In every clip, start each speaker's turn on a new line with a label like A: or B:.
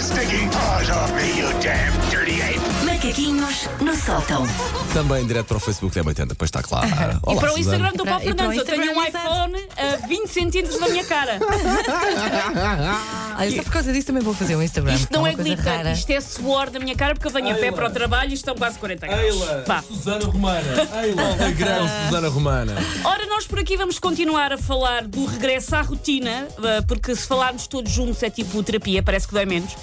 A: stinking paws off me, you damn dirty ape!
B: Macaquinhos no sótão.
C: Também direto para o Facebook da 80, pois está claro. Olá,
D: e para o
C: Susana.
D: Instagram do Paulo
E: E para o
D: Fernandes, eu tenho um
E: Instagram, exato.
D: iPhone a 20 centímetros da minha cara.
E: Olha, só por causa disso também vou fazer um Instagram.
D: Isto não
E: uma
D: é
E: coisa
D: glitter,
E: rara.
D: isto é suor da minha cara porque eu venho a pé
F: Ayla.
D: para o trabalho e estão quase 40 graus.
F: Eila,
D: Pá.
F: Susana Romana, um Eila.
C: A grande É
D: Ah.
C: Susana Romana.
D: Ora, nós por aqui vamos continuar a falar do regresso à rotina, eh, porque se falarmos todos juntos é tipo terapia, parece que dói menos.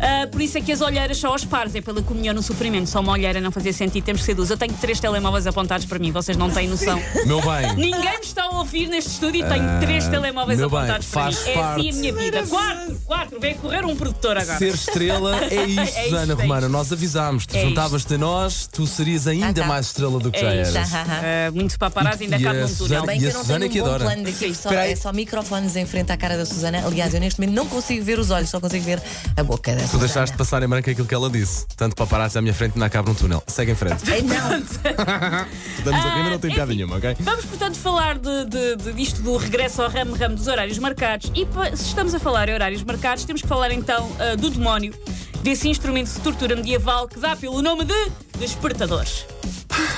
D: Ah, por isso é que as olheiras são aos pares, é pela comunhão no sofrimento. Só uma olheira não fazia sentido, temos que ser duas. Eu tenho três telemóveis apontados para mim, vocês não têm noção.
C: Meu bem.
D: Ninguém me está a ouvir neste estúdio e tenho três telemóveis
C: Ah, meu bem,
D: apontados para mim.
C: faz
D: É assim
C: parte.
D: a minha vida. Quatro, quatro, vem correr um produtor agora.
C: Ser estrela é isto,
D: É isto,
C: Susana
D: é
C: Romana. Nós avisámos, tu
D: É isto.
C: juntavas-te a nós, tu serias ainda
E: tá.
C: mais estrela do que
D: É
C: já
D: isto.
C: eras.
E: Tá, tá, tá.
D: Ah, muito paparazzi ainda
C: E
D: cá
C: a
D: no túnel.
C: Susana-
E: Bem
C: E
E: que
C: a
E: eu não
C: Susana
E: tenho
C: que
E: um bom
C: adora.
E: plano daqui, só,
C: Espera aí.
E: é só microfones em frente à cara da Susana. Aliás, eu neste momento não consigo ver os olhos, só consigo ver a boca da
C: Tu
E: Susana.
C: deixaste passar em branco aquilo que ela disse. Tanto para parar à minha frente, não cabe num túnel. Segue em frente.
E: Ei, não.
C: Estamos a
D: Ah,
C: rima, não tem
D: enfim.
C: piada nenhuma, ok?
D: Vamos, portanto, falar de, de, de- disto do regresso ao ramo-ramo dos horários marcados. E pa- se estamos a falar em horários marcados, temos que falar então ah, do demónio, desse instrumento de tortura medieval que dá pelo nome de despertadores.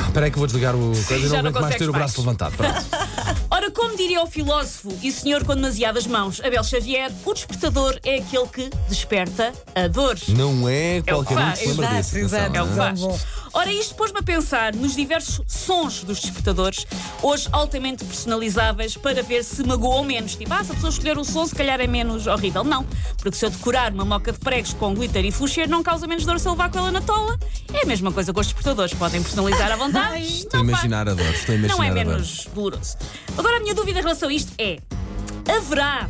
C: Espera aí que vou desligar o. coisa e não
D: já não
C: aguento mais ter
D: consegues
C: o braço
D: mais.
C: levantado. Pronto.
D: Ora, como diria o filósofo e senhor com demasiadas mãos, Abel Xavier, o despertador é aquele que desperta a dor.
C: Não é qualquer um que se
D: faz.
C: lembra
E: Exato,
C: disso.
E: exato.
C: atenção,
D: É o que
C: não
D: faz. Ora, isto pôs-me a pensar nos diversos sons dos despertadores, hoje altamente personalizáveis, para ver se magoou ou menos. Tipo, ah, se a pessoa escolher o som, se calhar é menos horrível. Não, porque se eu decorar uma moca de pregos com glitter e fuxer, não causa menos dor se eu levar com ela na tola. É a mesma coisa com os despertadores, podem personalizar à vontade.
C: Estou a
D: Não faz-
C: imaginar a dor. Estou a imaginar
D: não é
C: a dor.
D: menos doloroso. Agora, a minha dúvida em relação a isto é: haverá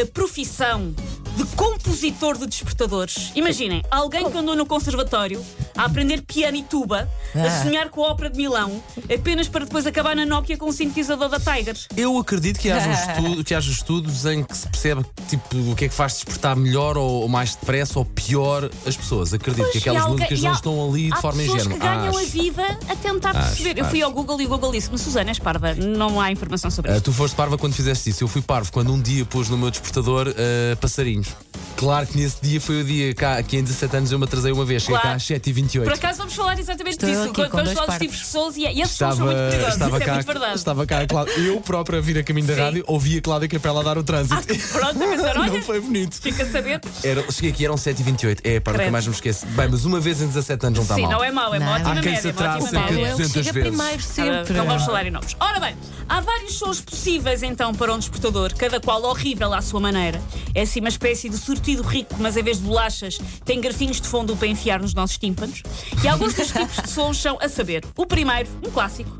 D: a profissão de compositor de despertadores? Imaginem, alguém que andou no conservatório a aprender piano e tuba, a
E: Ah.
D: sonhar com a ópera de Milão, apenas para depois acabar na Nokia com um sintetizador da Tiger.
C: Eu acredito que haja, um estudo- que haja estudos em que se percebe tipo, o que é que faz despertar melhor ou, ou mais depressa ou pior as pessoas. Acredito que
D: Pois, e
C: aquelas
D: alguém-
C: músicas
D: e
C: não
D: há-
C: estão ali de
D: há
C: forma
D: pessoas
C: ingênua.
D: que ganham a
C: Acho.
D: vida a tentar
C: Acho,
D: perceber. Eu fui
C: acho.
D: ao Google e o Google disse-me: Susana, és parva, não há informação sobre
C: Ah,
D: isto.
C: tu foste parva quando fizeste isso. Eu fui parvo quando um dia pus no meu despertador ah, passarinhos. Claro que nesse dia foi o dia cá, que em 17 anos eu me atrasei uma vez. Cheguei
D: Claro.
C: cá às
D: Por
C: 7h28.
D: acaso vamos falar exatamente
E: Estou
D: disso.
E: aqui
D: Quando
E: com
D: vamos
E: dois
D: falar dos
E: partes.
D: tipos de sons e e esses sons são
C: Estava,
D: muito perigosos.
C: estava,
D: isso é
C: cá,
D: muito verdade.
C: estava cá a Cláudia. Eu próprio a vir a caminho da
D: Sim.
C: rádio ouvi a Cláudia Capela a dar o
D: Ah,
C: trânsito.
D: pronto, a pensar, olha,
C: não foi bonito.
D: fica a saber.
C: Era, cheguei aqui, eram 7h28. É, para nunca
D: Credo.
C: mais me esqueço. Bem, mas uma vez em 17 anos não está
D: Sim,
C: mal.
D: não é mau, é uma
E: Não.
D: ótima
C: Há quem
D: média.
C: se
D: uma
C: atrase
D: ótima
C: cerca
D: média.
C: de
E: É o que
C: 200
E: chega
C: vezes.
E: primeiro
D: Cara,
E: sempre.
D: Não Então vamos falar em novos. Ora bem, há vários sons possíveis então para um despertador, cada qual horrível à sua maneira. É assim uma espécie de sortido rico, mas em vez de bolachas, tem garfinhos de fundo para enfiar nos nossos tímpanos. E alguns dos tipos de sons são, a saber, o primeiro, um clássico,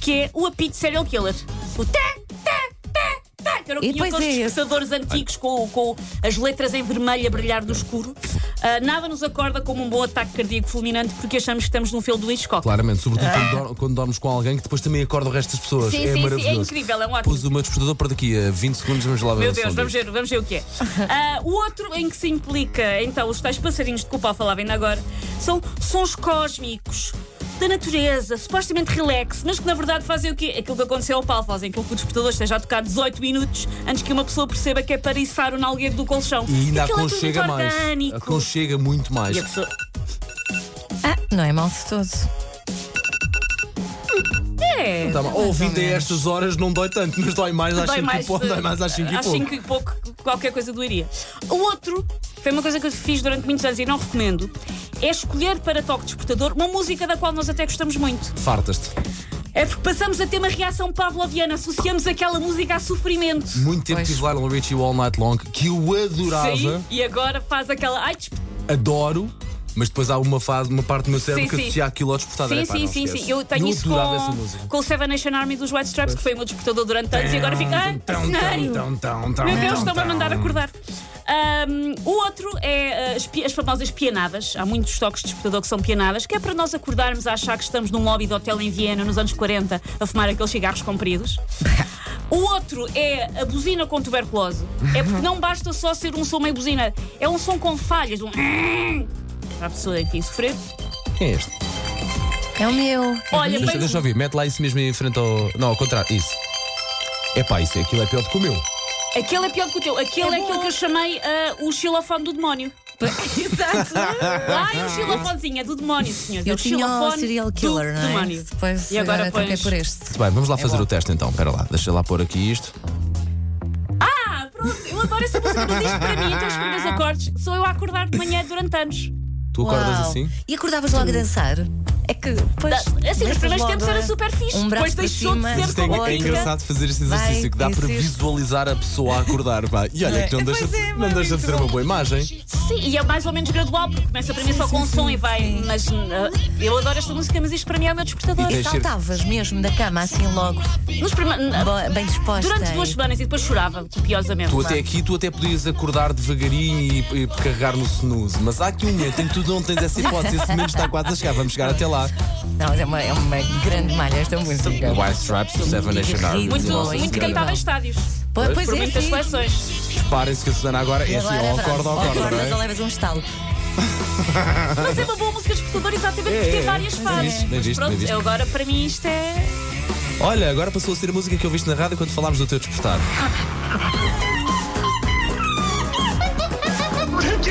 D: que é o apito serial killer. O tã, tã, tã, tã, que era o que
E: E
D: tinha
E: pois
D: aqueles
E: é esse.
D: despertadores antigos com, com as letras em vermelho a brilhar no escuro. Ah, nada nos acorda como um bom ataque cardíaco fulminante porque achamos que estamos num filme do Hitchcock.
C: Claramente, sobretudo quando, dor- quando dormes com alguém que depois também acorda o resto das pessoas.
D: Ah. Sim,
C: é
D: sim, sim, é
C: maravilhoso.
D: incrível, é um ótimo.
C: Pus o meu despertador para daqui a 20 segundos, vamos lá ver
D: Meu
C: o som
D: Deus, vamos
C: disto.
D: ver, vamos ver o que é. Ah, o outro em que se implica, então, os tais passarinhos de que o Paulo falava ainda agora, são sons cósmicos da natureza, supostamente relax, mas que na verdade fazem o quê? Aquilo que aconteceu ao Paulo, fazem com que o despertador esteja a tocar 18 minutos antes que uma pessoa perceba que é para içar o nalgueiro do colchão.
C: E ainda
D: Aquilo é tudo
C: aconchega
D: muito
C: mais.
D: orgânico.
C: Aconchega muito mais.
D: E a pessoa-
E: Ah, não é mal de todo.
D: É,
C: Tá bom. Ouvindo a estas horas não dói tanto, mas dói mais às
D: dói
C: 5 e
D: mais,
C: pouco.
D: de-
C: Dói mais às 5 e
D: às
C: pouco.
D: cinco e pouco, qualquer coisa doeria. O outro, foi uma coisa que eu fiz durante muitos anos e não recomendo, é escolher para toque despertador uma música da qual nós até gostamos muito.
C: Fartas-te.
D: É porque passamos a ter uma reação pavloviana, associamos aquela música a sofrimento.
C: Muito tempo
E: Pois.
C: tive Lionel Richie o All Night Long, que eu adorava,
D: Sim, e agora faz aquela. Ai, desp-
C: adoro. Mas depois há uma fase, uma parte do meu cérebro
D: Sim,
C: que
D: sim.
C: associa aquilo ao despertador.
D: sim,
C: Epá,
D: sim,
C: não
D: sim,
C: esquece.
D: sim. Eu tenho
C: eu
D: isso
C: adorava essa música.
D: com, com o Seven Nation Army dos White Stripes, que foi o meu despertador durante anos, e agora fica. Ai, cenário.
C: Então,
D: Meu Deus, estão-me a mandar acordar. Ahm, o outro é ah, as, pi- as famosas pianadas. Há muitos toques de despertador que são pianadas, que é para nós acordarmos a achar que estamos num lobby de hotel em Viena nos anos 40 a fumar aqueles cigarros compridos. O outro é a buzina com tuberculose. É porque não basta só ser um som meio buzina, é um som com falhas. Um... Para a pessoa, enfim, sofrer.
C: Quem é este?
E: É o meu.
D: Olha,
C: Deixa,
D: bem,
C: deixa eu ouvir, mete lá isso mesmo em frente ao. Não, ao contrário, isso. É pá, isso aquilo é pior do que o meu.
D: aquele é pior do que o teu. Aquele é, aquele que eu chamei ah, o uh, xilofone do demónio.
E: Exato.
D: Ai, o xilofonezinho é do demónio, senhores. É
E: Eu
D: o
E: tinha o
D: xilofone
E: serial killer,
D: do
E: não é?
D: demónio.
E: Depois
D: e agora,
E: agora troquei
D: pões-
E: por este.
C: Muito bem, vamos lá fazer
E: bom.
C: o teste então. Espera lá, deixa lá pôr aqui isto.
D: Ah, pronto, eu adoro essa música, mas isto para mim, então os primeiros acordes, sou eu a acordar de manhã durante anos.
C: Tu acordas
E: Uau.
C: assim?
E: E acordavas logo a dançar? É que depois.
D: Da- assim, nos
E: deixas
D: primeiros
E: logo,
D: tempos
E: não
D: era
E: é?
D: super fixe,
E: Um
D: depois
E: braço para
D: deixou de
E: cima,
D: ser
C: Isto é,
D: com
C: é engraçado fazer este
E: Vai,
C: exercício que dá para
E: existe.
C: visualizar a pessoa a acordar, pá. E olha que não deixa,
E: Pois é,
C: não deixa de ser uma boa imagem.
D: Sim, e é mais ou menos gradual, porque começa para mim só com um som e vai. Mas ah, eu adoro esta música, mas isto para mim é o meu despertador.
C: E
E: E saltavas mesmo da cama, assim logo,
D: Nos prima- ah,
E: bo- bem disposta.
D: Durante duas
E: e-
D: semanas e depois chorava copiosamente.
C: Tu até aqui, tu até podias acordar devagarinho e, e carregar no snooze, mas há aqui um momento em que tu não tens essa hipótese, esse momento está quase a chegar, vamos chegar até lá.
E: Não, é uma, é uma grande malha esta música.
C: White Stripes, Seven Nation Army.
D: Muito,
E: Nossa
D: muito
E: Senhora.
D: cantava em estádios,
E: Pois, pois
D: por
E: é,
D: muitas
E: sim.
D: seleções.
C: Parem-se que a Susana agora é assim,
E: Agora,
C: ou
E: pronto,
C: acorda ou acorda,
E: acordas ou
C: não é?
E: levas um estalo.
D: Mas é uma boa música despertador, exatamente, porque tem várias fases.
C: bem
D: É, Mas
C: visto, bem
D: pronto,
C: visto.
D: eu agora para mim isto é.
C: Olha, agora passou a ser a música que ouviste na rádio quando falámos do teu despertar.
A: Take